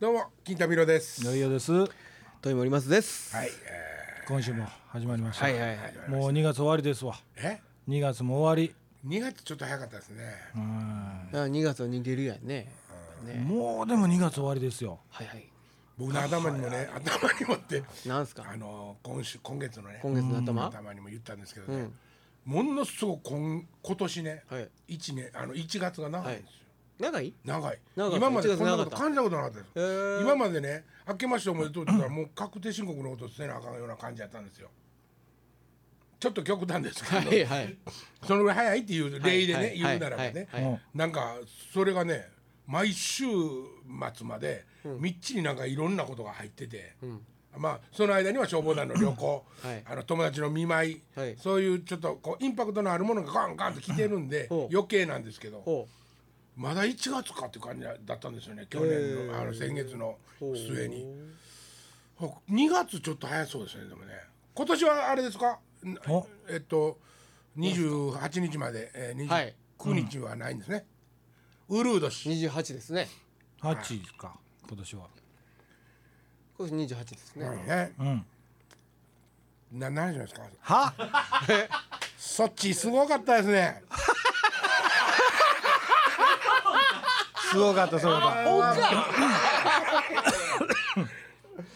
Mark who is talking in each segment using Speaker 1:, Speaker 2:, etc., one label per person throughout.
Speaker 1: どうも金田美郎です。
Speaker 2: よいよです。
Speaker 3: 富森松です。
Speaker 1: はい。
Speaker 2: 今週も始まりました。
Speaker 3: はいはいはい。
Speaker 2: もう2月終わりですわ。
Speaker 1: え
Speaker 2: 2月も終わ
Speaker 1: 2月ちょっと早かったですね。
Speaker 2: り。うん
Speaker 3: あ2月は逃げるやんね。ね
Speaker 2: もうでも2月終わりですよ。
Speaker 3: はいはい。
Speaker 1: 僕の頭にもね頭にもって
Speaker 3: なんすか
Speaker 1: あの今週今月のね
Speaker 3: 今月の頭
Speaker 1: 頭にも言ったんですけどね、ものすごく今今年ね、
Speaker 3: はい
Speaker 1: 一年あの1月が長いんですよ。
Speaker 3: 長い
Speaker 1: 長い
Speaker 3: 長かった
Speaker 1: 今までこんなこ
Speaker 3: 1月長かっ
Speaker 1: と
Speaker 3: た
Speaker 1: 感じたことなかったです、
Speaker 3: へー
Speaker 1: 今までね「明けましておめでとう」って言ったらもう確定申告のことせなあかんような感じやったんですよちょっと極端ですけど、
Speaker 3: はいはい。
Speaker 1: そのぐらい早いっていう例でね、
Speaker 3: はいはい
Speaker 1: 言うならばね、
Speaker 3: はいはい
Speaker 2: うん
Speaker 1: なんかそれがね毎週末までみっちりなんかいろんなことが入ってて、まあその間には消防団の旅行、
Speaker 3: はい
Speaker 1: あの友達の見舞い、
Speaker 3: はい
Speaker 1: そういうちょっとこうインパクトのあるものがガンガンと来てるんで
Speaker 3: ほう
Speaker 1: 余計なんですけど
Speaker 3: ほ
Speaker 1: まだ1月かって感じだったんですよね去年のあの先月の
Speaker 3: う。
Speaker 1: 末に2月ちょっと早そうですねでもね今年はあれですかん
Speaker 2: お
Speaker 1: えっと28日まで、えー
Speaker 3: はい
Speaker 1: 29日はないんですね、ウルード氏
Speaker 3: 二十八ですね。
Speaker 2: 8か今年は。
Speaker 3: 今年二十八ですね。
Speaker 1: ね、
Speaker 2: うん。
Speaker 1: な何じゃないですか
Speaker 2: は？
Speaker 1: そっちすごかったですね
Speaker 2: すごかったそうだ。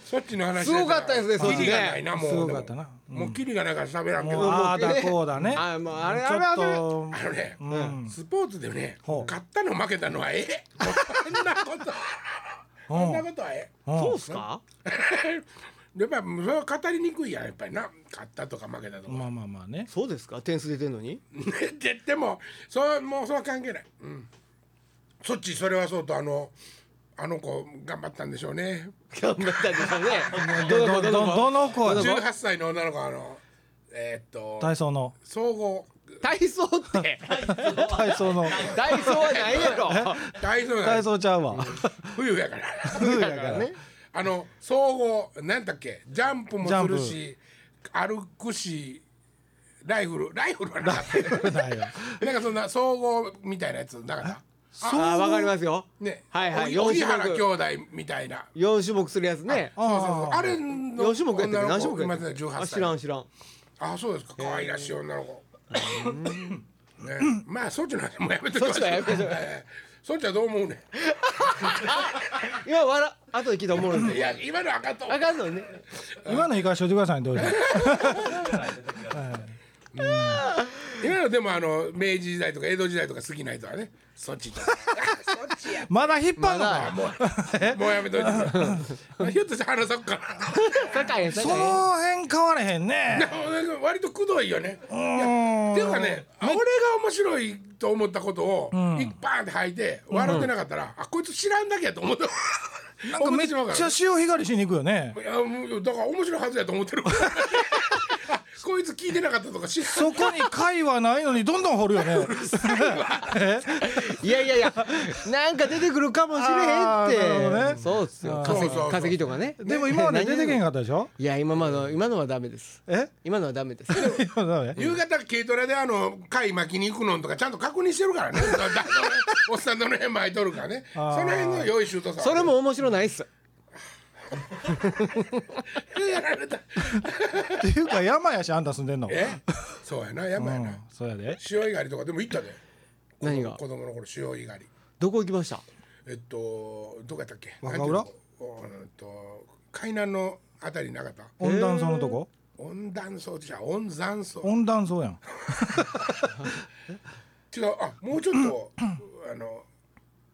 Speaker 1: そっちの話
Speaker 3: すごかったです
Speaker 1: キ
Speaker 3: ね
Speaker 1: リが
Speaker 3: そっちね
Speaker 1: ないなもう
Speaker 2: すごかったな
Speaker 1: もうキリがないから喋らんけ
Speaker 2: もう
Speaker 1: ど
Speaker 2: ああだこうだね。
Speaker 3: あもうあれ
Speaker 2: ちょ
Speaker 3: あれ
Speaker 2: っ
Speaker 3: あれ。
Speaker 2: と
Speaker 1: あのね、
Speaker 2: ん
Speaker 1: スポーツでね
Speaker 2: ほう
Speaker 1: 勝ったの負けたのはええこんなこと
Speaker 2: う
Speaker 1: こん
Speaker 2: ん
Speaker 1: なことはええ
Speaker 2: うん
Speaker 3: そうっすか？
Speaker 1: やっぱそれは語りにくいやんやっぱりな勝ったとか負けたとか、
Speaker 2: まあまあまあね。
Speaker 3: そうですか？点数出てんのに？
Speaker 1: ででもそうもうそれは関係ない、うん、そっちそれはそうとあのあの子頑張ったんでしょうね
Speaker 3: 頑張ったんですよね。
Speaker 2: ど
Speaker 3: ど
Speaker 2: ど
Speaker 3: の子
Speaker 2: どどの子や？
Speaker 1: 18歳の女の子あのえーっと
Speaker 2: 体操の
Speaker 1: 総合
Speaker 3: 体操って
Speaker 2: 体操の
Speaker 3: 体操はないやろ。
Speaker 1: 体操なん
Speaker 2: 体
Speaker 1: です
Speaker 2: 操ちゃうわ。
Speaker 1: 冬やから
Speaker 2: 冬やから
Speaker 3: ね。
Speaker 1: あの総合なんだっけジャンプも
Speaker 2: ジャ
Speaker 1: す
Speaker 2: ンプ
Speaker 1: るし歩くしライフルライフルはなかったよ
Speaker 2: ないよ
Speaker 1: なんかそんな総合みたいなやつなかった
Speaker 3: あーわかりますよ。
Speaker 1: ね
Speaker 3: はいはい
Speaker 1: お
Speaker 3: 四
Speaker 1: 荻
Speaker 3: 種
Speaker 1: 原兄
Speaker 3: 目
Speaker 1: 弟みたいな
Speaker 3: 四種目するやつね。
Speaker 1: そうそうそうあれの
Speaker 3: 四種目やった
Speaker 1: 女の
Speaker 3: っけ
Speaker 1: 子
Speaker 3: 何種目や
Speaker 1: 今
Speaker 3: ったっけ
Speaker 1: 18
Speaker 3: あ
Speaker 1: 歳
Speaker 3: 知らん知らん。
Speaker 1: あそうですか可愛らしい女の子ねまあそっちの話もうやめときましょ
Speaker 3: そっちはやめましょう
Speaker 1: ええそっちはどう思うね
Speaker 3: 今笑後で聞いたらおもろい
Speaker 1: ん
Speaker 3: で
Speaker 1: いや今の赤と
Speaker 3: あかんのにね。
Speaker 2: 今の言い返しといてくださいねどうぞ。
Speaker 1: 今のでもあの明治時代とか江戸時代とか好きな人はねそっちとそっ ちや
Speaker 2: まだ引っ張る
Speaker 3: ま
Speaker 2: の
Speaker 3: だ
Speaker 2: か。
Speaker 1: もうもうやめといてくれひょっとして話そうか
Speaker 3: 高いやん
Speaker 2: そ
Speaker 3: 高いやん。
Speaker 2: の辺変われへんね。
Speaker 1: な 割とくどいよね
Speaker 2: うーん
Speaker 1: っていうかね俺が面白いと思ったことを一パーンって吐いて笑ってなかったら、あこいつ知らんだけやと思って
Speaker 2: なんかめっちゃ潮干狩りしに行くよね。
Speaker 1: いやもうだから面白いはずやと思 ってるあこいつ聞いてなかったとか知らん
Speaker 2: そこに貝はないのにどんどん掘るよ ね。
Speaker 3: いやいやいや、なんか出てくるかもしれ
Speaker 2: あーなるほど
Speaker 3: へんって。
Speaker 2: ね
Speaker 3: そうっすよ。
Speaker 1: そう
Speaker 3: 化
Speaker 1: そう
Speaker 3: 石
Speaker 1: そう
Speaker 3: 化石とかね。
Speaker 2: でも今まで出てけん
Speaker 3: ん。
Speaker 2: かったでしょ。
Speaker 3: いや今まの今のはダメです。
Speaker 2: え？
Speaker 3: 今のはダメです。
Speaker 2: 今ダメ
Speaker 1: 夕方軽トラであの貝巻きに行くのとかちゃんと確認してるから ねだだだおっさんどの辺巻いとるからねそ
Speaker 2: あー
Speaker 1: の辺の用意周到さ
Speaker 3: それも面白ないっす。
Speaker 1: やられた
Speaker 2: っていうか山やしあんた住んでん の。
Speaker 1: えそうやなやばいな、
Speaker 2: うんそうやで。
Speaker 1: 潮干狩りとかでも行ったで
Speaker 3: 何が
Speaker 1: 子？供の頃潮干狩り
Speaker 3: どこ行きました？
Speaker 1: えっとどこやったっけ
Speaker 2: 若
Speaker 1: なん
Speaker 2: 浦
Speaker 1: ていうのうんと海南のあたりなかった
Speaker 2: 温暖層のとこ？
Speaker 1: 温暖層じゃ温山層
Speaker 2: 温暖層やん。
Speaker 1: 違うあもうちょっ とあの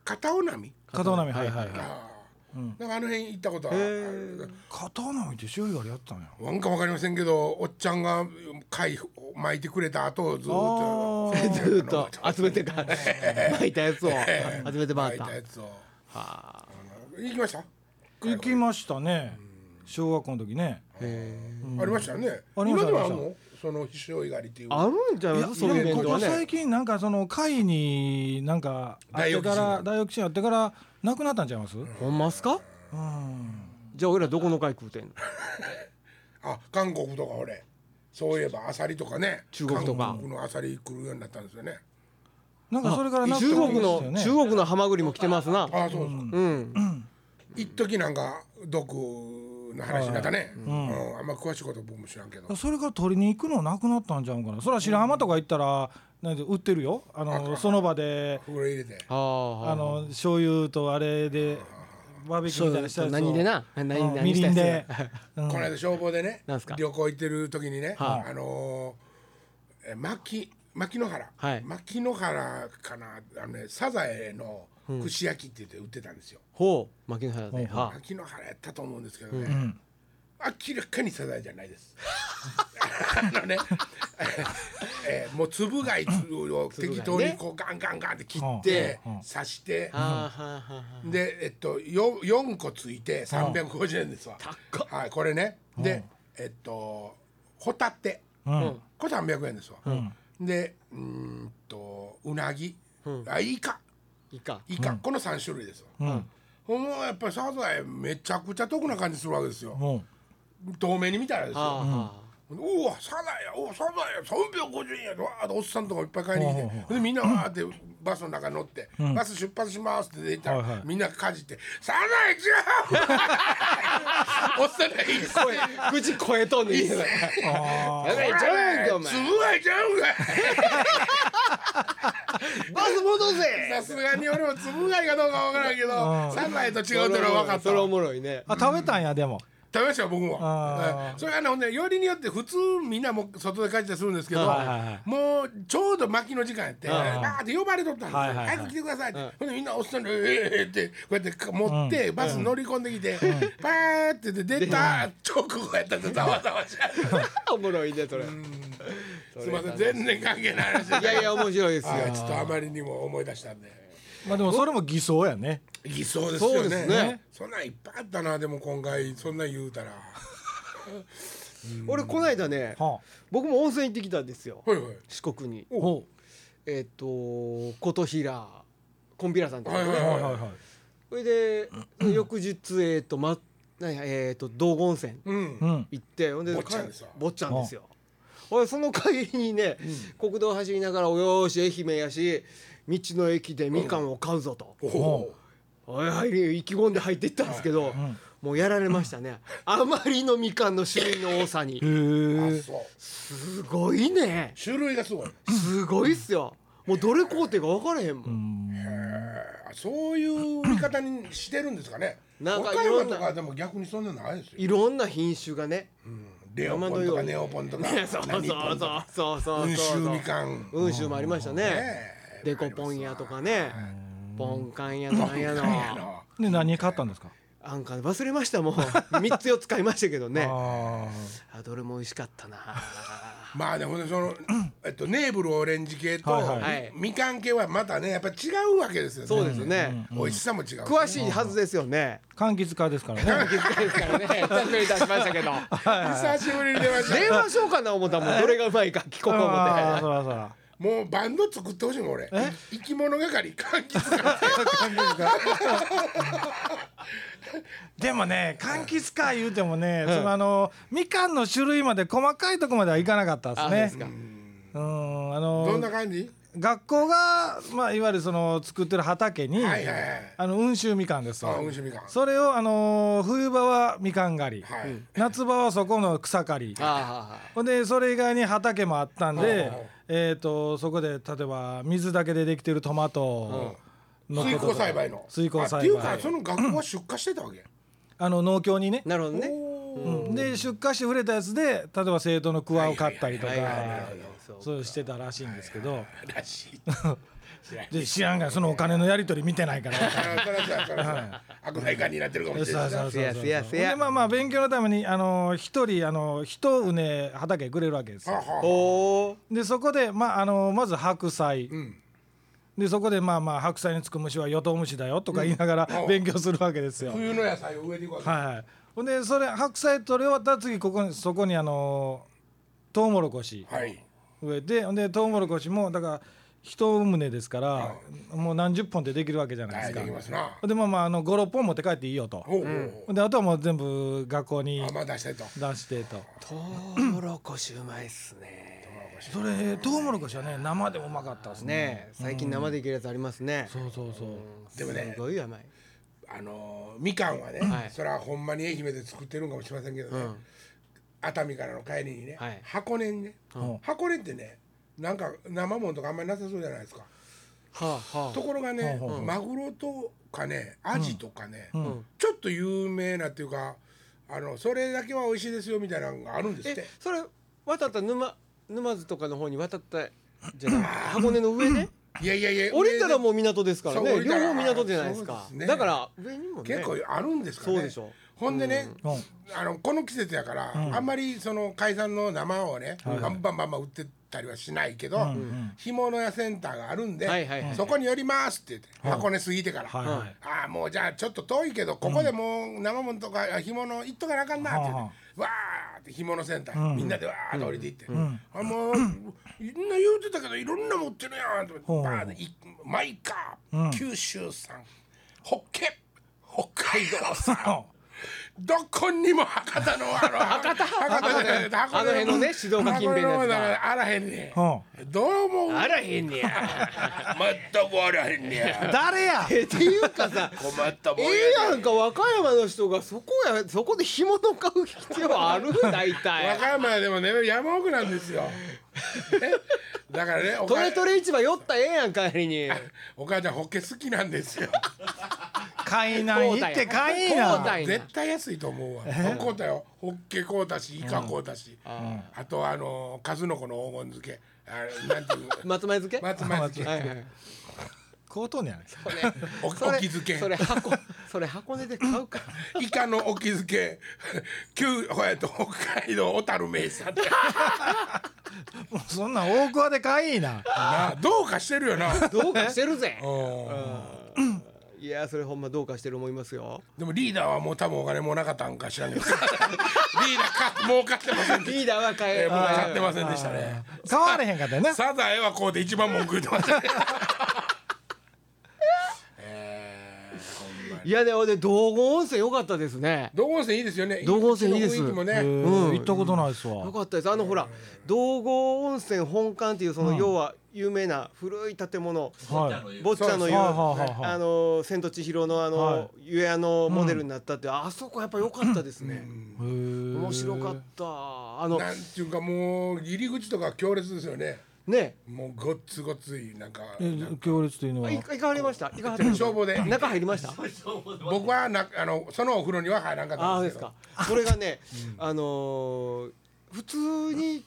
Speaker 1: 片尾波
Speaker 2: 片尾波はいはいはい。
Speaker 1: ああ、なんかあの辺行ったことはある
Speaker 2: 片尾波って潮干狩りやったんや。
Speaker 1: なんかわかりませんけどおっちゃんが貝を巻いてくれた後ずーっと
Speaker 2: あ
Speaker 3: ずーっと集めてか 巻いたやつを集めて
Speaker 1: 巻
Speaker 3: 回っ
Speaker 1: い
Speaker 3: た
Speaker 1: た。やつを
Speaker 3: は
Speaker 1: 行きました、
Speaker 2: 行きましたね。小学校の時ね。
Speaker 1: ありましたね
Speaker 2: ありま
Speaker 1: 今
Speaker 2: した
Speaker 1: ではあ
Speaker 2: あ
Speaker 1: ん
Speaker 2: りま
Speaker 1: のその潮干狩りっていう
Speaker 3: ああるんじゃないい
Speaker 2: や
Speaker 3: ですか？そういうイベン
Speaker 2: こ
Speaker 3: ト
Speaker 2: こ
Speaker 3: は
Speaker 2: 最
Speaker 3: ね。
Speaker 2: 近なんかその貝になんかあってから
Speaker 1: ダ
Speaker 2: 大オキシンあってからなくなったんちゃいます？
Speaker 3: ほんますか？
Speaker 2: うん。
Speaker 3: じゃあ俺らどこの会食うてんの？
Speaker 1: あ韓国とか俺そういえばアサリとかね
Speaker 3: 中国とか
Speaker 1: 韓国のアサリ来るようになったんですよね
Speaker 2: なんかそれからなくな
Speaker 3: 中
Speaker 2: ったんで
Speaker 3: 国
Speaker 2: すよ
Speaker 3: の
Speaker 2: ね
Speaker 3: 中国のハマグリも来てますな。
Speaker 1: ああそうそう、
Speaker 3: うん。
Speaker 1: 一時なんか毒の話になったね、うんあんま詳しいこと僕も知らんけど
Speaker 2: それから取りに行くのなくなったんちゃうんかなそら白浜とか行ったらなんで売ってるよあのその場で
Speaker 1: 袋入れて
Speaker 3: あー
Speaker 2: あの醤油とあれでバーベキューみたい
Speaker 3: そ
Speaker 2: な
Speaker 3: う
Speaker 2: のした
Speaker 3: そう
Speaker 2: やつを
Speaker 3: 何でな何
Speaker 2: うん
Speaker 3: 何
Speaker 2: みり
Speaker 3: した
Speaker 2: ん
Speaker 3: や
Speaker 2: で
Speaker 3: つや
Speaker 2: うん
Speaker 1: この間消防でね
Speaker 3: なんすか
Speaker 1: 旅行行ってる時にね、
Speaker 3: は
Speaker 1: あ、のーえ牧牧野原、
Speaker 3: はい
Speaker 1: 牧野原かなあのねサザエの串焼きって言って売ってたんですよ、
Speaker 3: ほう牧野原
Speaker 2: ほ
Speaker 3: で
Speaker 2: うほう
Speaker 3: は
Speaker 1: 牧野原やったと思うんですけどね、
Speaker 2: うん
Speaker 1: 明らかにサザエじゃないです あのね、 えーもう粒貝を適当にこうガンガンガンって切って
Speaker 2: うんうん
Speaker 1: 刺して、
Speaker 3: あーはあはあはあ
Speaker 1: でえっと 4, 四個ついて350円ですわ、
Speaker 3: 高
Speaker 1: はい、これねでえっとホタテ
Speaker 2: うんうん
Speaker 1: これ300円ですわ、でうーんとうなぎ、あイカ
Speaker 3: いいか
Speaker 1: イカ、この3種類ですわ、
Speaker 2: うん
Speaker 1: もうやっぱりサザエめちゃくちゃ得な感じするわけですよ
Speaker 2: うん
Speaker 1: 透明に見たらですよ
Speaker 3: あ
Speaker 1: おおサザエやおおサザエ三百五十円やでわーっておっさんとかいっぱい買いに来
Speaker 2: ほうほう
Speaker 1: てでみんなわーってバスの中に乗って、バス出発しますって出たら、
Speaker 2: はいはい
Speaker 1: みんなかじって「サザエ違う! 」 おっさんがいい声
Speaker 3: あはあ口超えとんねんけどや
Speaker 2: あ
Speaker 3: ばいちゃうん
Speaker 1: つ
Speaker 3: かお前
Speaker 1: ぶがいちゃうんかい
Speaker 3: バス戻
Speaker 1: さ
Speaker 3: せ
Speaker 1: すがに俺もつぶがいかどうかわからんけどサザエと違うってのは分かった
Speaker 3: それお
Speaker 1: わ
Speaker 3: もろいね
Speaker 2: あ食べたんやでも
Speaker 1: 食べましたよ僕も
Speaker 2: あー
Speaker 1: うんそれがねほんでよりによって普通みんなもう外で帰ったりするんですけど
Speaker 2: はいはいはい
Speaker 1: もうちょうど巻きの時間やって
Speaker 3: はいはい
Speaker 1: バーって呼ばれとったんですよ
Speaker 2: はいはいはい
Speaker 1: 早く来てくださいってほんでみんなおっさんで「ええええってこうやって持ってバス乗り込んできてパーって出て出た直後やったんでざわざわしちゃう
Speaker 3: おもろいねそれ
Speaker 1: すいません全然関係ない話で
Speaker 3: いやいや面白いですよ
Speaker 1: はいちょっとあまりにも思い出したんで
Speaker 2: まあでもそれも偽装やね
Speaker 1: 偽装ですよ
Speaker 3: そうですね
Speaker 1: ねそんなんいっぱいあったなでも今回そんなん言うたら
Speaker 3: 俺この間ね
Speaker 2: は
Speaker 3: 僕も温泉行ってきたんですよ
Speaker 1: ほいほい
Speaker 3: 四国に
Speaker 2: あほ
Speaker 3: えっと琴平コンビラさんとか
Speaker 1: は
Speaker 2: う
Speaker 3: ね
Speaker 1: い
Speaker 2: はいはいはい
Speaker 3: それで翌日えっとまなんやえっと道後温泉
Speaker 1: うん
Speaker 2: うん
Speaker 3: 行ってほんで
Speaker 1: 坊ちゃんですわ
Speaker 3: 坊ちゃんですよ俺その帰りにね、国道走りながら「およーし愛媛やし道の駅でみかんを買うぞ」と、
Speaker 1: おお
Speaker 3: おい入り意気込んで入ってったんですけど、もうやられましたね、あまりのみかんの種類の多さに
Speaker 2: へ
Speaker 1: あ
Speaker 2: え
Speaker 1: そう
Speaker 3: すごいね
Speaker 1: 種類がすごい
Speaker 3: すごいっすよもうどれ買うてか分からへんもん、
Speaker 1: あそういう見方にしてるんですかね。
Speaker 3: なんか
Speaker 1: 岡
Speaker 3: いろ
Speaker 1: 山
Speaker 3: んな
Speaker 1: とかでも逆にそんなのないですよ。
Speaker 3: いろんな品種がね
Speaker 1: レオポンとかネオポンとか、
Speaker 3: ね そうそう
Speaker 1: 何ポ
Speaker 3: そ
Speaker 1: ン
Speaker 3: う
Speaker 1: とか
Speaker 3: そうそう
Speaker 1: 温州
Speaker 3: そう
Speaker 1: みかん、
Speaker 3: 温州もありましたね
Speaker 1: ね
Speaker 3: デコポンやとかねポンカンやなんやの
Speaker 1: なんやろ
Speaker 2: で何買ったんですか
Speaker 3: あんか忘れましたもう3 つ4つ買いましたけどね
Speaker 2: あ
Speaker 3: あどれも美味しかったな
Speaker 1: まあでもねそのえっとネーブルオレンジ系と
Speaker 2: はいはい
Speaker 3: はい
Speaker 1: みみかん系はまたねやっぱ違うわけですよね。
Speaker 3: そうですね、
Speaker 1: 美味しさも違う。
Speaker 3: 詳しいはずですよね
Speaker 2: あ柑橘家ですから ね
Speaker 3: 気づかですからね久しぶりに出しましたけど
Speaker 1: 久しぶりに出ましたね
Speaker 3: 電。話しようかな思ったもんどれがうまいか聞こうか
Speaker 2: ああ
Speaker 3: 思
Speaker 2: そ
Speaker 3: っ
Speaker 2: らそら
Speaker 1: もうバンド作ってほしいもん俺。生き物係柑橘が
Speaker 2: でもね柑橘か言うてもね、そのあのみかんの種類まで細かいとこまではいかなかった
Speaker 3: てで
Speaker 2: ですす
Speaker 3: か
Speaker 2: ね。うんあ
Speaker 1: どん
Speaker 2: の
Speaker 1: な感じ？
Speaker 2: 学校がまあいわゆるその作ってる畑に、
Speaker 1: はいはいはい。
Speaker 2: あの温州みかんですわ
Speaker 1: あ温州みかん
Speaker 2: それをあの冬場はみかん狩り、
Speaker 1: はい。
Speaker 2: 夏場はそこの草刈り。
Speaker 3: あ
Speaker 2: ほんでそれ以外に畑もあったん
Speaker 1: はいは
Speaker 2: で
Speaker 1: い、
Speaker 2: えっ、とそこで例えば水だけでできてるトマトのこと
Speaker 1: 水
Speaker 2: とか
Speaker 1: 耕栽培の
Speaker 2: 水耕栽
Speaker 1: あ
Speaker 2: 培
Speaker 1: っていうかその学校は出荷してたわけ、
Speaker 2: あの農協にね
Speaker 3: あ。なるほどね
Speaker 2: うん、で出荷して触れたやつで例えば生徒のクワを買ったりとか
Speaker 3: はいはいはいはい
Speaker 2: そういうしてたらしいんですけど
Speaker 1: らしい知らん
Speaker 2: で知らんがそのお金のやり取り見てないから。
Speaker 1: あそらそらそらそら悪代化になってるかもしれない
Speaker 3: せやせやせや
Speaker 2: ほんでまあまあ勉強のためにあの一人あの一畝畑くれるわけですよ
Speaker 1: はあはあ
Speaker 3: おー
Speaker 2: でそこでまああのまず白菜、
Speaker 1: ん
Speaker 2: でそこでまあまあ白菜につく虫はヨトウムシだよとか言いながら
Speaker 1: うん
Speaker 2: 勉強するわけですよ。
Speaker 1: 冬の野菜を植えていくわけ、
Speaker 2: はい。ほんでそれ白菜取れ終わったら次ここにそこにあのトウモロコシ
Speaker 1: はい
Speaker 2: 植えてほんでトウモロコシもだから一棟ですから、もう何十本ってできるわけじゃな
Speaker 1: は
Speaker 2: いで
Speaker 1: い、
Speaker 2: すか。
Speaker 1: できますな
Speaker 2: ほんでまあまああの56本持って帰っていいよと。
Speaker 1: ほうほう
Speaker 2: ほんであとはもう全部学校に
Speaker 1: ほうあまあ出したいと
Speaker 2: 出してと。
Speaker 3: トウモロコシうまいっすね
Speaker 2: それトウモロコシはね生でもうまかったですね。
Speaker 3: ねえ最近生でいけるやつありますね
Speaker 2: そうそうそう。
Speaker 1: でもね
Speaker 3: すごい甘い
Speaker 1: あのーみかんはね、
Speaker 3: はい
Speaker 1: それはほんまに愛媛で作ってるんかもしれませんけどね、
Speaker 3: うん
Speaker 1: 熱海からの帰りにね、
Speaker 3: はい
Speaker 1: 箱根にね、
Speaker 2: うん
Speaker 1: 箱根ってねなんか生もんとかあんまりなさそうじゃないですか、
Speaker 3: はあは
Speaker 1: ところがね、
Speaker 2: うん
Speaker 1: マグロとかねアジとかね、
Speaker 2: うん
Speaker 3: うん
Speaker 1: ちょっと有名なっていうかあのそれだけは美味しいですよみたいなのがあるんですっ
Speaker 3: え
Speaker 1: て
Speaker 3: それ渡った沼沼津とかの方に渡ったじゃ ない箱根の上ね
Speaker 1: いやいやいや
Speaker 3: 降りたら
Speaker 1: う
Speaker 3: もう港ですから
Speaker 1: そう
Speaker 3: ね
Speaker 1: 降り
Speaker 3: 両
Speaker 1: たら
Speaker 3: 方港じゃないです
Speaker 1: そう
Speaker 3: か
Speaker 1: ですね
Speaker 3: だから上にもね
Speaker 1: 結構あるんですかね
Speaker 3: そうでしょ
Speaker 1: ほんでね、
Speaker 2: うん
Speaker 1: あのこの季節やから、あんまりその海産の生をね、バンバンバンバン売ってたりはしないけど、
Speaker 2: うんうん
Speaker 1: 干物屋センターがあるんで、
Speaker 3: はいはいはい
Speaker 1: そこに寄りますって言って、箱根過ぎてから、
Speaker 2: はいはい
Speaker 1: ああもうじゃあちょっと遠いけどここでもう生もんとか干物行っとかなあかんなって言って、
Speaker 2: は
Speaker 1: わーって干物センター、みんなでわーって降りて行って、
Speaker 2: ん
Speaker 1: あもうみんな言うてたけどいろんな持ってるやんと
Speaker 2: ほ
Speaker 1: 思
Speaker 2: う
Speaker 1: ってバーっていマイカ
Speaker 2: うん
Speaker 1: ー九州産北海北海道産どこにも博多のあの博多博多じゃない
Speaker 3: あの辺のね静岡近辺のやつが
Speaker 1: だからあらへんね
Speaker 2: うんうん
Speaker 1: どうも
Speaker 3: あらへんねや
Speaker 1: 全くあらへんねや
Speaker 2: 誰や
Speaker 3: え っていう かさ
Speaker 1: 困ったも
Speaker 3: え
Speaker 1: んや
Speaker 3: えやんか和歌山の人がそこやそこで干物買う必要 ある大
Speaker 1: 和歌
Speaker 3: 体
Speaker 1: 山でもね山奥なんですよ ねだからねお
Speaker 3: ト
Speaker 1: 母
Speaker 3: レトレ市場寄ったらええやん帰りに
Speaker 1: お母ちゃんホッケ好きなんですよ
Speaker 2: 海南行って海
Speaker 3: 交代
Speaker 2: 南
Speaker 3: いな
Speaker 1: 絶対安いと思うわこうだよホッケこうだしイカこうだしあとあの数の子の黄金漬けあれなんていう
Speaker 3: 松前漬け
Speaker 1: 松前漬け
Speaker 3: はいはい
Speaker 2: 高等にやね
Speaker 3: これ
Speaker 1: お
Speaker 3: それ
Speaker 1: 沖漬け
Speaker 3: それ箱それ箱根で買 うか
Speaker 1: イカのお気づけ旧えっと北海道小樽名 産って
Speaker 2: もうそんなん大桑で海南
Speaker 1: なあどうかしてるよな
Speaker 3: どうかしてるぜ
Speaker 1: うん
Speaker 3: いやそれほんまどうかしてる思いますよ
Speaker 1: でもリーダーはもう多分お金もうなかったんか知らん けどリーダーか儲かってませんでし
Speaker 3: リーダーは
Speaker 1: た、
Speaker 3: 買え
Speaker 1: えー、儲かって
Speaker 3: ま
Speaker 1: ませんでしたね
Speaker 2: 変われへんかったよね
Speaker 1: サザエはこうで一番文句言ってましたね えーほんまに
Speaker 3: いやでもね道後温泉良かったですね
Speaker 1: 道後温泉いいですよね
Speaker 3: 道後温泉いいです
Speaker 1: ちの雰囲気もね、
Speaker 2: うん行ったことないっすわ
Speaker 3: よかったですあのほら道後温泉本館っていうその要は有名な古い建物
Speaker 2: はい
Speaker 3: 坊ちゃんの湯
Speaker 2: はいはいはいはい
Speaker 3: あの千と千尋の
Speaker 2: は
Speaker 3: あ
Speaker 2: い
Speaker 3: の湯屋のモデルになったってあそこやっぱ良かったですね面
Speaker 2: 面
Speaker 3: 白かったあの
Speaker 1: なんていうかもう入り口とか強烈ですよね
Speaker 3: ね
Speaker 1: もうごっつごっついなんか
Speaker 2: え行列というのはい
Speaker 3: かいかがれましたいかがれました
Speaker 1: 消防で
Speaker 3: 中入りました
Speaker 1: 僕はなあのそのお風呂には入らんかっ
Speaker 3: あ
Speaker 1: た
Speaker 3: あ
Speaker 1: ん
Speaker 3: で
Speaker 1: ですすけど
Speaker 3: か。それがね、あのー普通にこ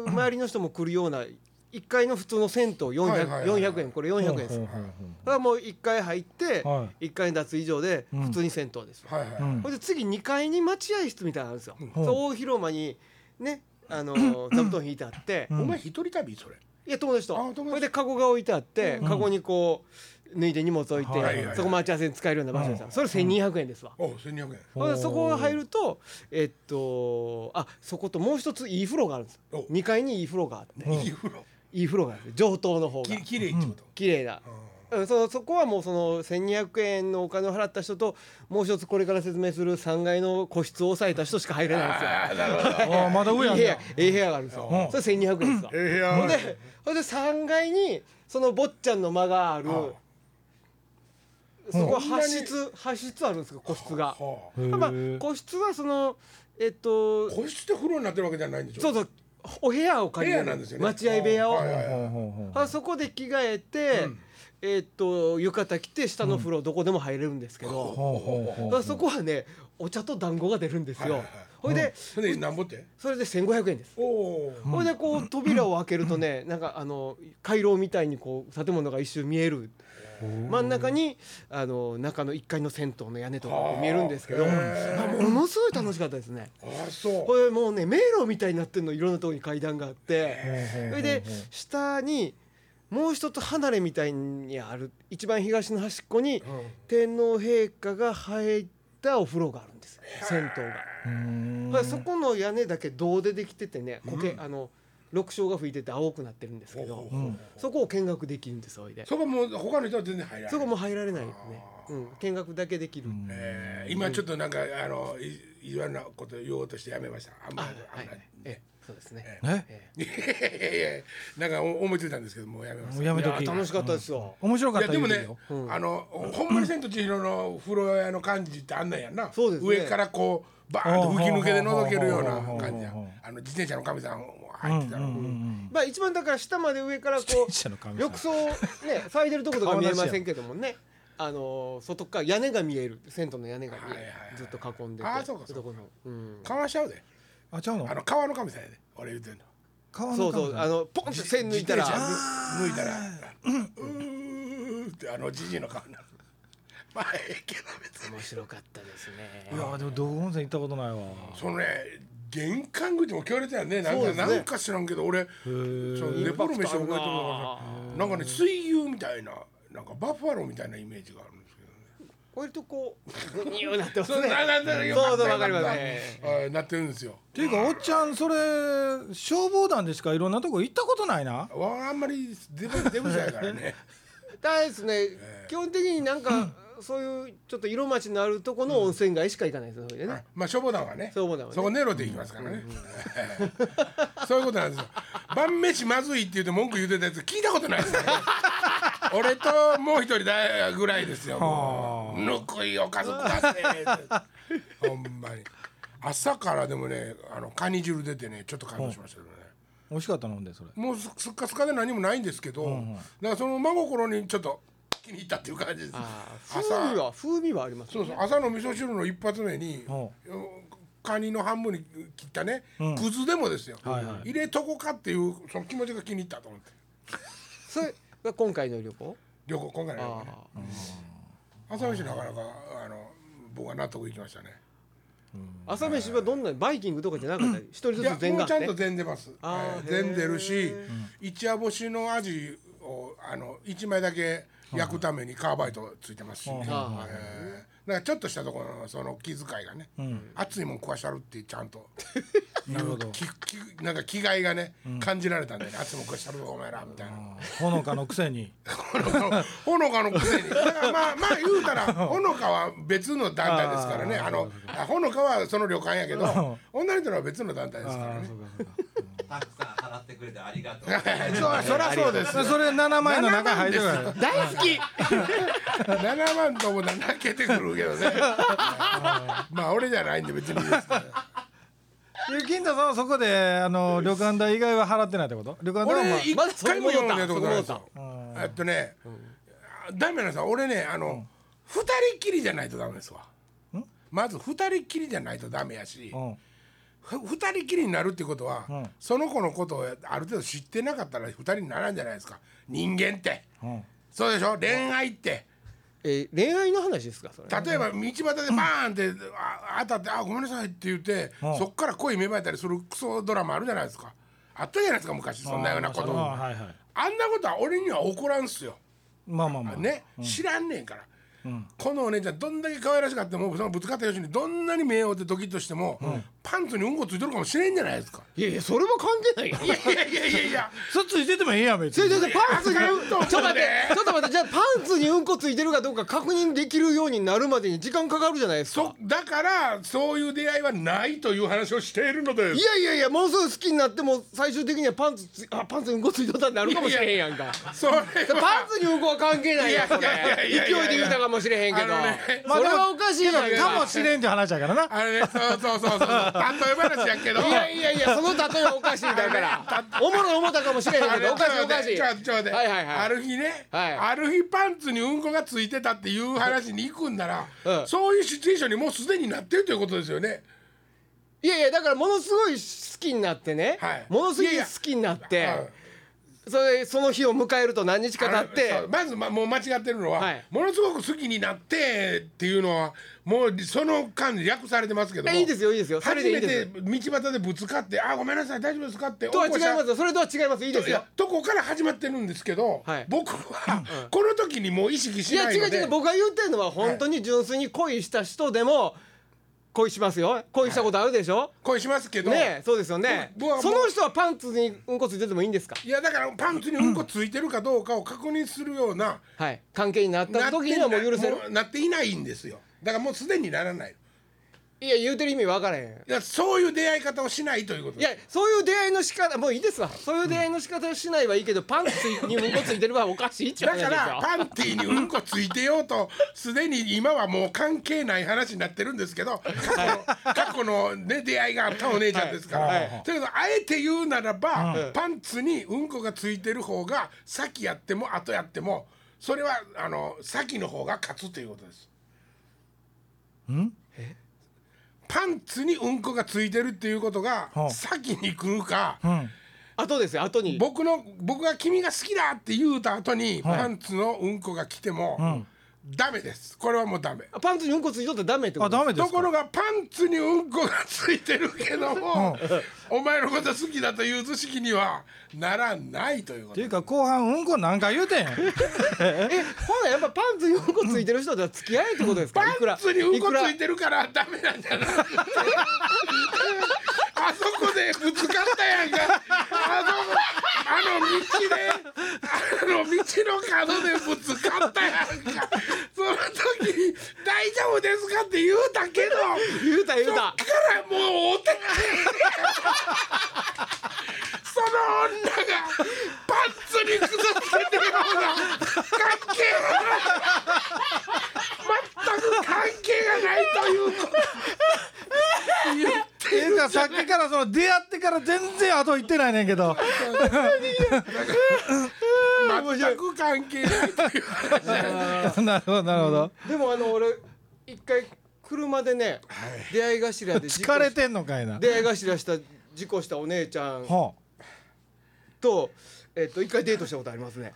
Speaker 3: う 周りの人も来るような一階の普通の銭湯四
Speaker 1: はいはい
Speaker 3: 百
Speaker 1: はい
Speaker 3: 四百円これ四百円です。
Speaker 2: ほう
Speaker 3: だ
Speaker 2: ほうほう
Speaker 3: からもう一階入って
Speaker 2: は
Speaker 3: 一階に脱衣所で
Speaker 2: うん
Speaker 3: 普通に銭湯です。
Speaker 1: はいはい、
Speaker 2: ほううん
Speaker 3: ほ、いで次二階に待合室みたいなのあるんですよ。
Speaker 2: ほう
Speaker 3: そう大広間にね。あのー座布団引いてあって、
Speaker 2: うん
Speaker 1: お前一人旅それ
Speaker 3: いや友達と
Speaker 1: あ友達
Speaker 3: それでカゴが置いてあって、カゴにこう脱いで荷物置いて、
Speaker 2: はい
Speaker 1: はいはい
Speaker 3: そこ待ち合わせに使えるような場所ですよ、それ1200円ですわ、
Speaker 1: お1200円
Speaker 2: ほう
Speaker 3: そこが入るとえっとあそこともう一ついい風呂があるんです
Speaker 1: お
Speaker 3: 2階にいい風呂があって
Speaker 2: うん
Speaker 1: いい風呂
Speaker 3: いい風呂がある上等の方が
Speaker 1: ききれいってこと、
Speaker 3: 綺麗なうんそそこはもうその1200円のお金を払った人ともう一つこれから説明する3階の個室を抑えた人しか入れないんですよ
Speaker 1: ああなるほ ど
Speaker 2: ああまだ上
Speaker 3: い
Speaker 2: やん
Speaker 3: い部
Speaker 2: ね
Speaker 3: 屋ええ部屋があるんですよ
Speaker 2: うん
Speaker 3: それ1200円ですわ
Speaker 1: ええ部屋
Speaker 3: ほんでほんで3階にその坊っちゃんの間がある
Speaker 1: は
Speaker 3: そこは
Speaker 1: そんなに
Speaker 3: 発室発室あるんですよ個室が
Speaker 1: はあ
Speaker 3: まあ
Speaker 2: へえ
Speaker 3: 個室はそのえっと
Speaker 1: 個室で風呂になってるわけじゃないんでしょ
Speaker 3: そうそうお部屋を借りる
Speaker 1: 部屋なんですよね
Speaker 3: 待合部屋を、
Speaker 1: あはいはい
Speaker 2: ほうほうほう
Speaker 3: あそこで着替えて、えーっと浴衣着て下の風呂どこでも入れるんですけど、
Speaker 2: ほうほうほう
Speaker 3: あそこはねお茶と団子が出るんですよ、
Speaker 1: はいはいはい
Speaker 3: ほいで、
Speaker 1: それでなんぼって
Speaker 3: それで1500円です
Speaker 1: おおー
Speaker 3: ほいでこう扉を開けるとねなんかあの回廊みたいにこう建物が一周見える真ん中にあの中の1階の銭湯の屋根とかが見えるんですけど
Speaker 1: へ
Speaker 3: ま
Speaker 1: ー
Speaker 3: あものすごい楽しかったですね。
Speaker 1: ああそう
Speaker 3: これもうね迷路みたいになってるのいろんなところに階段があってそれで下にもう一つ離れみたいにある一番東の端っこに天皇陛下が入ったお風呂があるんですよ銭湯が。
Speaker 2: うん
Speaker 3: だからそこの屋根だけ銅でできててね苔、あの緑青が吹いてて青くなってるんですけど、
Speaker 1: うん
Speaker 3: そこを見学できるんですおいで
Speaker 1: そこもう他の人は全然入らない
Speaker 3: そこもう入られないねうん、見学だけできる、
Speaker 1: えー今ちょっとなんかあのいいろんなこと言おうとしてやめましたあんま
Speaker 3: あ
Speaker 1: り
Speaker 3: は
Speaker 1: あん
Speaker 3: い
Speaker 1: まり
Speaker 3: ええそうですね、
Speaker 2: え
Speaker 3: え
Speaker 1: いやいやいやなんかお思いついたんですけどもうやめま
Speaker 2: も
Speaker 1: し
Speaker 2: う
Speaker 1: た
Speaker 2: や
Speaker 3: え
Speaker 2: めと
Speaker 3: い
Speaker 2: き
Speaker 3: や楽しかったですよ、
Speaker 2: 面白か
Speaker 1: い
Speaker 2: っ
Speaker 1: や
Speaker 2: た
Speaker 1: でも
Speaker 2: 言う
Speaker 1: ね
Speaker 2: てよ、
Speaker 1: あのほんまに千と千尋の風呂屋の感じってあんなんやんな、
Speaker 3: そうですね
Speaker 1: 上からこうバーンと吹き抜けで覗けるような
Speaker 2: ほうほうほうほうほう
Speaker 1: 感じやあの自転車の神さんも入ってたの、
Speaker 3: まあ一番だから下まで上からこ
Speaker 2: 転車の神様
Speaker 3: う浴槽 ね咲いてるとことか見えませんけどもねあのー外っから屋根が見える銭湯の屋根が見える、
Speaker 1: はいはいはい
Speaker 3: ずっと囲んでて
Speaker 1: あーそうかそうか
Speaker 3: とこの、うん、
Speaker 1: かわしちゃうで
Speaker 2: あちゃうの
Speaker 1: あの川の神さんやで俺言うてんの
Speaker 2: 川の
Speaker 3: そう
Speaker 2: 神
Speaker 3: そうあ
Speaker 2: の
Speaker 3: のポンって線抜いたら
Speaker 1: 自転車抜いたらうーってあのじじいの顔になるまあええけど別に
Speaker 3: 面白かったです
Speaker 2: い
Speaker 3: ね
Speaker 2: やでも道後温泉行ったことないわ
Speaker 1: そのね玄関口も強烈やねなん
Speaker 3: そう
Speaker 1: か
Speaker 3: ですね
Speaker 1: なんか知らんけど俺そのネパール飯覚えてるのかななんかね水牛みたいななんかバッファローみたいなイメージがあるんですけどね
Speaker 3: 割とこうグニューなってます
Speaker 1: そう
Speaker 3: ね
Speaker 1: なななよ
Speaker 3: そうそう
Speaker 1: な
Speaker 3: わかります
Speaker 1: な
Speaker 3: え
Speaker 1: あなってるんですよ
Speaker 2: っていうかおっちゃんそれ消防団でしかいろんなとこ行ったことないな
Speaker 1: わあんまり出ぶ出ぶしないからね
Speaker 3: ただですね、基本的になんかそういうちょっと色町のあるとこの温泉街しか行かないですよそれでね、
Speaker 1: まあ消防団はね
Speaker 3: 消防団はね
Speaker 1: そこネロで行きますからね そういうことなんですよ晩飯まずいって言って文句言ってたやつ聞いたことないですね俺ともう一人だぐらいですよもうぬくいおかず食わせってほんまに朝からでもねあのカニ汁出てねちょっと感動しましたけどね
Speaker 2: 美味しかったのほんでそれ
Speaker 1: もうすすっかすかで何もないんですけど、だからその真心にちょっと気に入ったっていう感じです
Speaker 3: あー
Speaker 1: 朝
Speaker 3: 風味は風味はあります
Speaker 1: そうそう朝の味噌汁の一発目に
Speaker 2: ほ
Speaker 1: カニの半分に切ったね、くずでもですよ、
Speaker 2: はいはい
Speaker 1: 入れとこかっていうその気持ちが気に入ったと思って
Speaker 3: それが今回の旅行
Speaker 1: 旅行今回の旅行
Speaker 3: あ
Speaker 1: ね
Speaker 3: あ
Speaker 1: 朝飯なかなかあの僕は納得いきましたね
Speaker 3: 朝飯はどんなバイキングとかじゃなかったり一人ず
Speaker 1: い
Speaker 3: つ
Speaker 1: や
Speaker 3: 全
Speaker 1: も
Speaker 3: が
Speaker 1: う
Speaker 3: あ
Speaker 1: ち
Speaker 3: っ
Speaker 1: ゃ
Speaker 3: て
Speaker 1: んと全出ます
Speaker 3: あー
Speaker 1: えー全出るし
Speaker 3: へー
Speaker 1: 一夜干しのアジをあの一枚だけ焼くためにカーバイトついてますしね、
Speaker 2: うん
Speaker 1: え
Speaker 3: あー
Speaker 1: ーなんかちょっとしたところのその気遣いがね、熱いもん食わしゃるってちゃんとなんかききなんか気概がね、感じられたんだよね熱いもん食わしゃるぞお前らみたいな。
Speaker 2: ほのかのくせに
Speaker 1: ほのかのほのかのくせにだからまあまあ言うたらほのかは別の団体ですからねあのあほのかはその旅館やけど女の人らは別の団体ですからね
Speaker 4: たくさん払ってくれてありが とう。
Speaker 1: そうそりゃそうですよ
Speaker 2: それ7枚の中入ってるから
Speaker 3: 大好き
Speaker 1: 7万とも泣けてくるけどねまあ俺じゃないんで別にいいですけど
Speaker 2: ゆきんたさんはそこであの旅館代以外は払ってないってこと旅館代はま
Speaker 1: 俺
Speaker 2: あ
Speaker 1: 一
Speaker 3: まだそこ
Speaker 1: 回も
Speaker 3: 戻った
Speaker 1: 読んだことないですよ
Speaker 3: そ
Speaker 1: えっとねダメなんですよ俺ねあの二人きりじゃないとダメですわまず二人きりじゃないとダメやし
Speaker 2: うん
Speaker 1: ふ二人きりになるってことは、
Speaker 2: ん
Speaker 1: その子のことをある程度知ってなかったら二人にならんじゃないですか人間って
Speaker 2: うん
Speaker 1: そうでしょ恋愛って
Speaker 3: えー恋愛の話ですかそれ
Speaker 1: 例えば道端でバーンって、あ当たって「あごめんなさい」って言って、
Speaker 2: うん
Speaker 1: そっから恋芽生えたりするクソドラマあるじゃないですかあったじゃないですか昔そんなようなこ
Speaker 2: あ
Speaker 1: と
Speaker 2: は
Speaker 1: あ
Speaker 2: いはい
Speaker 1: んなことは俺には起こらんすよ、
Speaker 2: まあまあまあ
Speaker 1: ね、知らんねんから、このお姉ちゃんどんだけ可愛らしかってもそのぶつかったよしにどんなに目を追ってドキッとしても、パンツにうんこついてるかもしれんじゃないですか
Speaker 3: いやいやそれも関係ないよ
Speaker 1: いやいやいやいやいや
Speaker 2: そっついててもいいやん別
Speaker 3: それ
Speaker 2: に
Speaker 3: でパンツに
Speaker 1: いや
Speaker 3: ちょっと待って ちょっと待ってじゃあパンツにうんこついてるかどうか確認できるようになるまでに時間かかるじゃないです
Speaker 1: そ
Speaker 3: か
Speaker 1: だからそういう出会いはないという話をしているので
Speaker 3: い
Speaker 1: す
Speaker 3: やいやいやものすごい好きになっても最終的にはパンツつ あパンツにうんこついとったってなるかもしれへんやんか
Speaker 1: それは
Speaker 3: パンツにうんこは関係ないやんそれ
Speaker 1: いやいやいやいや
Speaker 3: 勢いで言うたかもしれへんけど
Speaker 1: あのね
Speaker 3: それはおかしいやんか
Speaker 2: かもしれんって話やからな
Speaker 1: あれねそうそうそうそう例え話やけど
Speaker 3: いやいやいやその例えはおかしいだ からおもろい思ったかもしれへん
Speaker 1: あ
Speaker 3: け
Speaker 1: れ
Speaker 3: どおかしいおかしい
Speaker 1: ちょっと待ってちょっと待って
Speaker 3: はいはいはい
Speaker 1: ある日ね、
Speaker 3: はい
Speaker 1: ある日パンツにうんこがついてたっていう話に行くんなら、
Speaker 3: うん
Speaker 1: そういうシチュエーションにもうすでになってるということですよね
Speaker 3: いやいやだからものすごい好きになってね、
Speaker 1: はい
Speaker 3: ものすごい好きになってそれその日を迎えると何日か
Speaker 1: だ
Speaker 3: 経って
Speaker 1: まずまもう間違ってるのは、
Speaker 3: はい
Speaker 1: ものすごく好きになってっていうのはもうその間に訳されてますけども
Speaker 3: えいいですよいいですよそれ
Speaker 1: 初
Speaker 3: でいい
Speaker 1: め
Speaker 3: で
Speaker 1: て
Speaker 3: す
Speaker 1: 道端でぶつかって「あごめんなさい大丈夫ですか?」って
Speaker 3: とは違い
Speaker 1: 起こし
Speaker 3: ますよそれとは違いますいいです
Speaker 1: い
Speaker 3: よ
Speaker 1: やとこから始まってるんですけど、
Speaker 3: はい
Speaker 1: 僕はこの時にもう意識
Speaker 3: い
Speaker 1: し
Speaker 3: や
Speaker 1: ない
Speaker 3: 違う
Speaker 1: ので
Speaker 3: 違う僕が言ってるのは本当に純粋に恋した人でも、恋しますよ恋したことあるでしょ、
Speaker 1: 恋しますけど、
Speaker 3: ねえそうですよね
Speaker 1: 僕僕はもう
Speaker 3: その人はパンツにうんこついててもいいんですか
Speaker 1: いやだからパンツにうんこついてるかどうかを確認するような
Speaker 3: はい関係になっ
Speaker 1: な
Speaker 3: た時にはもう許せる
Speaker 1: もうなっていないんですよだからもうすでにならない
Speaker 3: いや言うてる意味分からへん
Speaker 1: いやそういう出会い方をしないということ
Speaker 3: いやそういう出会いの仕方もういいですわそういう出会いの仕方をしないはいいけどパンツにうんこついてるはおかしいっちゅう
Speaker 1: だ
Speaker 3: 話
Speaker 1: か
Speaker 3: ですよ
Speaker 1: らパンティーにうんこついてようとすでに今はもう関係ない話になってるんですけど過去の過去の、ね、出会いがあったお姉ちゃんですから、
Speaker 3: はいはい
Speaker 1: ということであえて言うならば、
Speaker 3: うん
Speaker 1: パンツにうんこがついてる方が先やっても後やってもそれはあの先の方が勝つということです。
Speaker 2: ん
Speaker 1: パンツにうんこがついてるっていうことが
Speaker 2: はあ
Speaker 1: 先に来るか、
Speaker 2: うん
Speaker 3: 後ですよ後に
Speaker 1: 僕の僕が君が好きだって言うた後にパンツのうんこが来ても、ダメですこれはもうダメ
Speaker 3: パンツにうんこついとったらダメってこ
Speaker 2: あ
Speaker 3: と
Speaker 2: ダメで
Speaker 1: と
Speaker 2: す
Speaker 1: こ
Speaker 2: か
Speaker 1: ろがパンツにうんこがついてるけども、お前のこと好きだという図式にはならないというこ
Speaker 2: っ
Speaker 1: と
Speaker 2: ていうか後半うんこ何回言うてん
Speaker 3: えほらやっぱパンツにうんこついてる人とは付き合えってことですか
Speaker 1: パン
Speaker 3: いくら
Speaker 1: ツにうんこつい
Speaker 3: く
Speaker 1: てるからダメなんじゃないあそこでぶつかったやんかあのあの道であの道の角でぶつかったやんかその時に「大丈夫ですか?」って言うたけど
Speaker 3: ら言うた言うた
Speaker 1: だからもうお手ないその女がパンツにくずってるような関係がない全く関係がないということ
Speaker 2: っていうかさっきからその出会ってから全然後行ってないねんけど
Speaker 1: 全く関係ないという話は
Speaker 2: なるほどなるほど
Speaker 3: でもあの俺一回車でね出会い頭で事故し
Speaker 2: 疲れてんのかいな
Speaker 3: 出会い頭した事故したお姉ちゃん
Speaker 2: は
Speaker 3: とえっと一回デートしたことありますね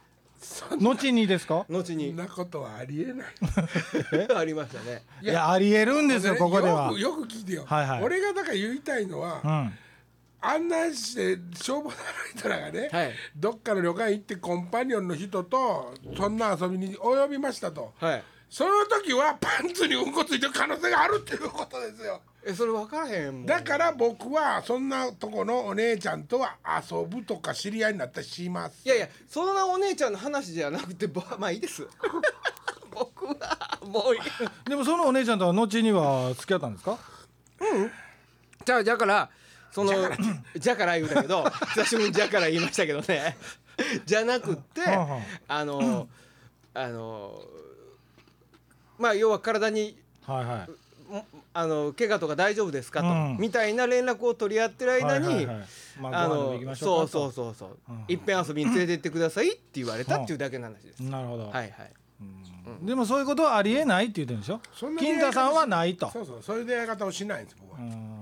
Speaker 2: あ後にですか
Speaker 3: 後
Speaker 1: そん
Speaker 3: に
Speaker 1: なことはありえない
Speaker 3: ありましたね
Speaker 2: いやありえるん ですよここでは
Speaker 1: よくよく聞いてよ、
Speaker 2: はいはい
Speaker 1: 俺がだから言いたいのは、
Speaker 2: うん
Speaker 1: あんなんして消防団の人らがね、
Speaker 3: はい
Speaker 1: どっかの旅館行ってコンパニオンの人とそんな遊びに及びましたと
Speaker 3: はい
Speaker 1: その時はパンツにうんこついてる可能性があるっていうことですよ
Speaker 3: えそれ分からへんもん
Speaker 1: だから僕はそんなとこのお姉ちゃんとは遊ぶとか知り合いになったりします
Speaker 3: いやいやそんなお姉ちゃんの話じゃなくてぼ まあいいです僕はもういい
Speaker 2: でもそのお姉ちゃんとは後には付き合ったんですか
Speaker 3: じゃあだからそのじゃから言うた けど久しぶりにじゃから言いましたけどね じゃなくって
Speaker 2: はあは
Speaker 3: あのあのまあ要は体に
Speaker 2: はいはい
Speaker 3: もあの怪我とか大丈夫ですかと、
Speaker 2: うん
Speaker 3: みたいな連絡を取り合ってる間に、
Speaker 2: はいはいはいまあ
Speaker 3: あ
Speaker 2: ご飯でも
Speaker 3: の
Speaker 2: 行きましょう
Speaker 3: そ
Speaker 2: か
Speaker 3: うそう
Speaker 2: と
Speaker 3: そうそ
Speaker 2: う
Speaker 3: う、
Speaker 2: ん
Speaker 3: いっぺん遊びに連れて行ってくださいって言われたっていうだけの話です、
Speaker 2: なるほど
Speaker 3: はいはい
Speaker 2: でもそういうことはありえないって言ってるんでしょ
Speaker 1: そんな出会
Speaker 2: 金
Speaker 1: い方
Speaker 2: 太さんはないと
Speaker 1: そうそうそういう出会い方をしないんです僕は、
Speaker 2: うん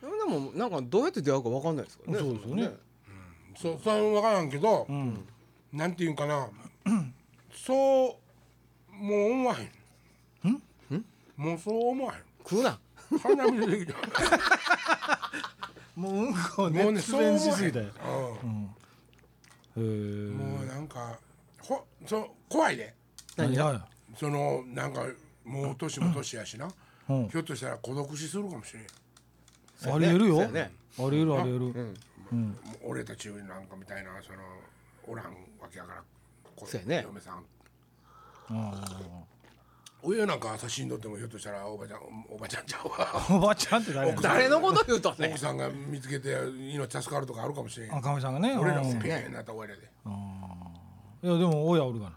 Speaker 3: でもなんかどうやって出会うか分かんないですからね
Speaker 2: そうですよね
Speaker 1: そうそれは分からんけど、
Speaker 2: ん
Speaker 1: なんていうんかな、そうもう思わへんもうそう思わへ
Speaker 3: 食うなん
Speaker 1: 鼻水出てきた
Speaker 2: もううんこ
Speaker 1: もうね、
Speaker 2: 熱
Speaker 1: そう思わへ
Speaker 2: 弁し
Speaker 1: ん
Speaker 2: すぎてへえ
Speaker 1: うんもうなんか、ほ、そ、怖いで、
Speaker 3: 何が
Speaker 2: はい
Speaker 1: その、なんか、もう年も年やしな。
Speaker 2: うん
Speaker 1: ひょっとしたら孤独死するかもしれん。
Speaker 2: ありえるよ
Speaker 3: そ
Speaker 2: あ
Speaker 3: うやね
Speaker 2: りえるありえる
Speaker 1: もう俺たちなんかみたいな、その、おらんわけやから。こ
Speaker 3: そうやね
Speaker 1: 嫁さん。
Speaker 2: うん
Speaker 1: 親なんか朝死んどっても、ひょっとしたら、おばちゃん、おばちゃんちゃう わ。
Speaker 2: おばちゃんって誰やねん
Speaker 3: 誰のこと言うとんねん
Speaker 1: 奥さんが見つけて、命助かるとかあるかもしれん。
Speaker 2: 赤身さんがね
Speaker 1: 俺ら
Speaker 2: うん
Speaker 1: も
Speaker 2: い
Speaker 1: ペアになったら終わりやで。
Speaker 2: やでも親おるがな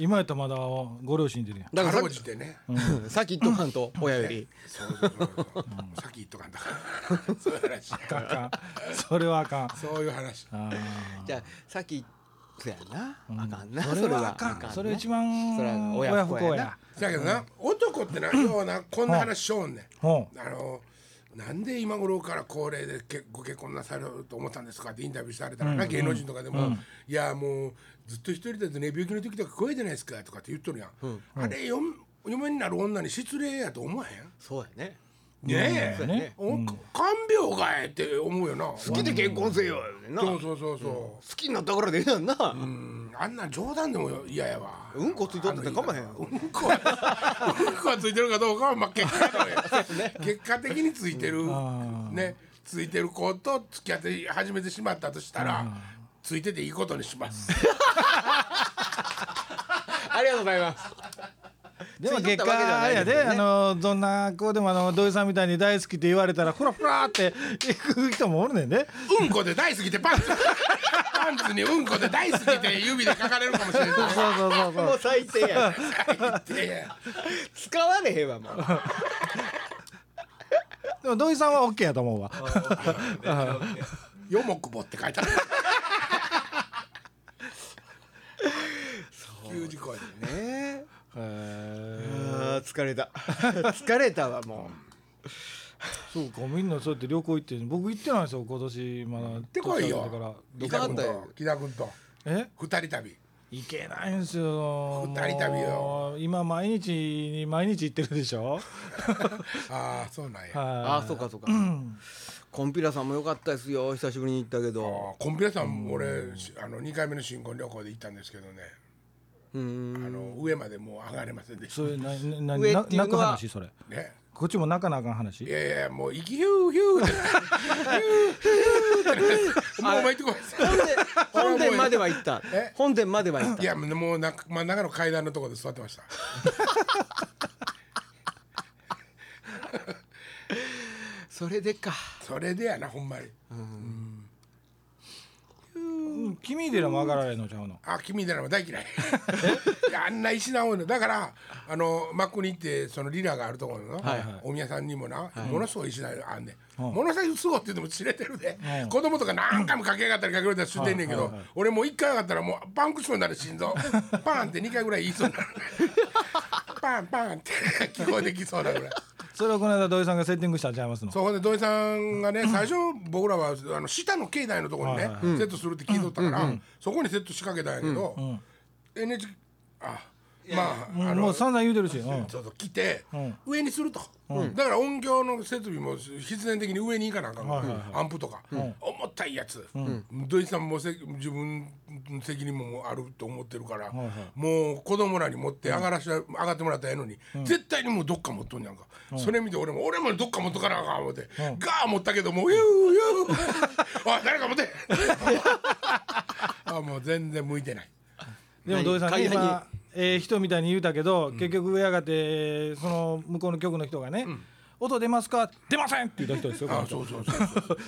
Speaker 2: 今やったらまだご両親いてるやん
Speaker 3: だか
Speaker 1: からろうじてね。
Speaker 3: さっき言っとかんと親より
Speaker 1: そうそうそうそう。さっき言っとかん だから。そういう話。
Speaker 2: あかんそれはあかん
Speaker 1: そういう話。
Speaker 2: あ
Speaker 3: じゃあさっきそやな、あかん
Speaker 2: ー
Speaker 3: な
Speaker 2: それはあか
Speaker 3: あ
Speaker 2: ん
Speaker 3: な
Speaker 2: それ一番
Speaker 3: それは
Speaker 2: 親
Speaker 3: 親
Speaker 2: 不
Speaker 3: 不
Speaker 2: 孝
Speaker 3: 孝
Speaker 2: や
Speaker 3: やな
Speaker 2: な
Speaker 1: だけどな、男ってな、ような、こんな話しようねん。
Speaker 2: ほ
Speaker 1: あのなんで今頃から高齢でけご結婚なさると思ったんですかってインタビューされたらな、芸能人とかでも、いやもうずっと一人でね病気の時とか声じゃないですかとかって言っとるやん、あれよ嫁になる女に失礼やと思わへん
Speaker 3: そうやね
Speaker 1: ねえ、
Speaker 2: ね
Speaker 1: お看病かえって思うよな
Speaker 3: 好きで結婚せよ言うてな
Speaker 1: そう
Speaker 3: 好
Speaker 1: そうそうそ
Speaker 3: きになったからでええやんな
Speaker 1: う、うん、あんなん冗談でも嫌やわ
Speaker 3: うんこついとったってかまへん
Speaker 1: うんこはうんこはついてるかどうかはまあ結果 だね結果的についてるねついてる子と付き合って始めてしまったとしたらついてていいことにします
Speaker 3: ありがとうございます
Speaker 2: でも
Speaker 3: つい
Speaker 2: 結
Speaker 3: とったわけじゃ
Speaker 2: 果あ
Speaker 3: ない
Speaker 2: れや
Speaker 3: です
Speaker 2: で
Speaker 3: よね
Speaker 2: あのどんな子でもあの土井さんみたいに大好きって言われたらフラフラって行く人もおるねんで
Speaker 1: うんこで大好きでパンツ パンツにうんこで大好きで指で書かれるかもしれない
Speaker 2: そうそうそうそう
Speaker 3: もう最低や使われへんわもう
Speaker 2: でも土井さんは OK やと思うわ
Speaker 1: よもくぼって書い てある。 急事故やね。
Speaker 3: ねあー疲れた疲れたわも
Speaker 2: そうかみんなそうやって旅行行ってる僕行ってないんですよ今年まだ行っ
Speaker 1: でこい
Speaker 2: だから
Speaker 1: よ。木田君と木田君と
Speaker 2: え
Speaker 1: 二人旅。
Speaker 2: 行けないんですよ
Speaker 1: 二人旅よ
Speaker 2: もう今毎日に毎日行ってるでし ょ
Speaker 1: ああそうなんや。
Speaker 3: う
Speaker 2: は
Speaker 3: ああそうかそうかコンピラさんも良かったですよ久しぶりに行ったけ
Speaker 1: あ
Speaker 3: ど
Speaker 1: コンピラさんも俺しあの二回目の新婚旅行で行ったんですけどね。
Speaker 3: う
Speaker 1: あ
Speaker 3: ん
Speaker 1: の上までもう上がれませんで
Speaker 2: い
Speaker 1: し
Speaker 2: そういうななな
Speaker 3: 上っていうのは
Speaker 2: 泣く話それ
Speaker 1: たね。
Speaker 2: こっちも泣かなあかん
Speaker 1: い
Speaker 2: 話
Speaker 1: やいやもう息ヒューヒューって。ヒューヒューって。もうお前行ってこ
Speaker 3: 本
Speaker 1: い。
Speaker 3: 殿本殿までは行った
Speaker 1: え
Speaker 3: 本殿までは行っ
Speaker 1: い
Speaker 3: た
Speaker 1: やもうな真ん中の階段のところで座ってました。
Speaker 3: それでか
Speaker 1: それでやなほんまに。
Speaker 2: うん君でも上がられんのちゃうの
Speaker 1: あ君みたいなの大嫌いいやあんな石な多いのだからあのマックに行ってそのリラがあるところの、
Speaker 3: はい
Speaker 1: お宮さんにもな、ものすごい石なあんねん、ものすごいすごって言っても知れてるで、
Speaker 2: うん
Speaker 1: 子供とか何回も駆け上がったり駆け下りたりしてんねんけど、俺もう一回上がったらもうパンクしそうになる心臓パーンって二回ぐらい言いそうになるパンパンって 聞こえてきそうなぐらい
Speaker 2: それをこの間土井さんがセッティングしたんちゃいますの
Speaker 1: そこで土井さんがね最初僕らはあの下の境内のところにねセットするって聞いとったからそこにセット仕掛けたんやけど NHK あまああ
Speaker 2: も
Speaker 1: の
Speaker 2: う
Speaker 1: ち
Speaker 2: 散々言うてるし、うん
Speaker 1: ょっと来て上にするとだから音響の設備も必然的に上に行かなあかんからアンプとか重たいやつ土井さんもせ自分の責任もあると思ってるからもう子供らに持って上がらし上がってもらったらええのに絶対にもうどっか持っとんやんかそれ見て俺も俺もどっか持っとかなあかん思ってガー持ったけどもう「ゆうゆう」「おい誰か持て」 あもう全然向いてない。
Speaker 2: でも土井さん
Speaker 3: 何
Speaker 2: ね
Speaker 3: 階段に
Speaker 2: 今ええ人みたいに言うたけど、結局上上がってえーその向こうの局の人がね、音出ますか出ませんって言った人ですよこの
Speaker 1: あそ
Speaker 2: 人
Speaker 1: うそうそうそう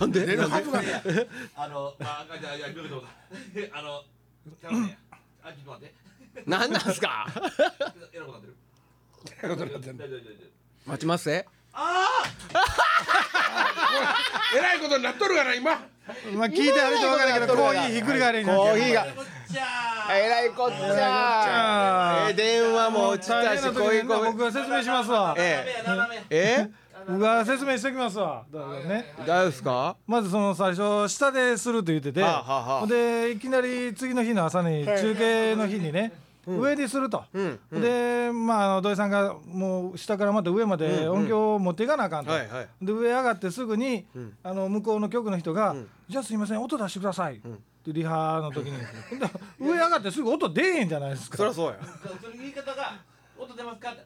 Speaker 3: なんで
Speaker 1: 出るはずがない
Speaker 4: あの、あ、あ、じゃあ、いや、どうぞどうぞあの、ちゃうね。あ、ちょっと待って。
Speaker 3: なんなんすか
Speaker 4: えらくなってる。大丈夫大丈夫大丈夫
Speaker 3: 待ちますぜ
Speaker 1: えらいことになっとるがな今
Speaker 2: まあ聞いてある人わからんけどコーヒーひっくり返りになっ
Speaker 3: コ
Speaker 2: て
Speaker 3: ーヒーが
Speaker 4: こっちゃー。
Speaker 3: えらいこっちゃ
Speaker 2: ゃ
Speaker 3: え電話も落ち
Speaker 2: 大
Speaker 3: た
Speaker 2: 変
Speaker 3: し
Speaker 2: な
Speaker 3: こう
Speaker 2: 時
Speaker 3: いう
Speaker 2: にな僕
Speaker 3: 子
Speaker 2: が説明しますわ
Speaker 4: 斜め
Speaker 3: え
Speaker 4: や、斜め。
Speaker 3: え
Speaker 2: 僕が説明しておきますわだからね
Speaker 3: 大丈夫ですか
Speaker 2: まずその最初下ですると言ってて、
Speaker 3: はあはあはあ
Speaker 2: でいきなり次の日の朝に中継の日にね、上にすると、でまああの土井さんがもう下からまた上まで音響を持っていかなあかんと、
Speaker 3: はいはい
Speaker 2: で上上がってすぐに、あの向こうの局の人が「じゃあすいません音出してください」ってリハの時にで上上がってすぐ音出えへんじゃないですか。
Speaker 3: そりゃそうや
Speaker 4: その言い方が、音出ますかって。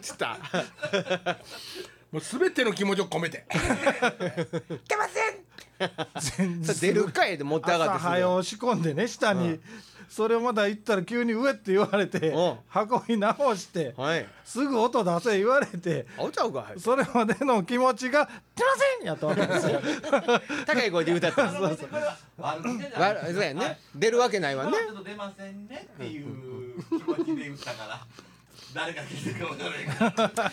Speaker 3: つった
Speaker 1: もう全ての気持ちを込め て出ません
Speaker 2: 全然
Speaker 3: 出るかいで持って上が
Speaker 2: 朝
Speaker 3: ってすぐ
Speaker 2: 早押し込んでね下に、それをまた行ったら急に上って言われて、
Speaker 3: うん
Speaker 2: 箱に直して、
Speaker 3: はい
Speaker 2: すぐ音出せ言われて
Speaker 3: あおちゃうか
Speaker 2: それまでの気持ちが「出ません!」やったわけですよ。
Speaker 3: 高い声で歌ったら
Speaker 4: そうそう。これは悪口じゃない。
Speaker 3: わそうやね出るわけないわね
Speaker 4: ちょっと出ませんねっていう気持ちで打ったから。誰が聞いてるか分からな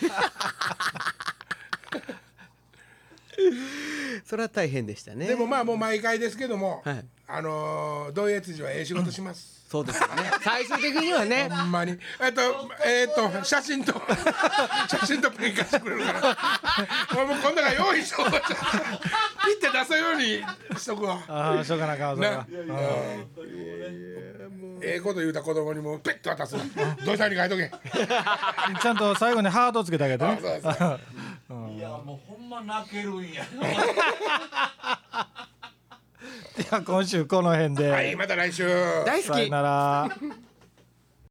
Speaker 4: いから。
Speaker 3: それは大変でしたね
Speaker 1: でもまあもう毎回ですけども、
Speaker 3: はい
Speaker 1: あのー、同越寺はええ仕事します、
Speaker 3: そうですよね最終的にはね
Speaker 1: ほんまにえっとえっと写真と 写 真とペン貸してくれるから俺もうこんなが用意しようとピッて出せるようににしとくわ
Speaker 2: ああしょうがなかそれは
Speaker 1: なええこと言うた子供にもペッと渡す土井さんに書いとけ
Speaker 2: ちゃんと最後にハートつけてあげて
Speaker 1: あ
Speaker 2: ね
Speaker 1: そうそうそう
Speaker 4: いやもうほんま泣けるんや
Speaker 2: では今週この辺で、
Speaker 1: はいまた来週
Speaker 3: 大好
Speaker 2: さよ
Speaker 3: き
Speaker 2: なら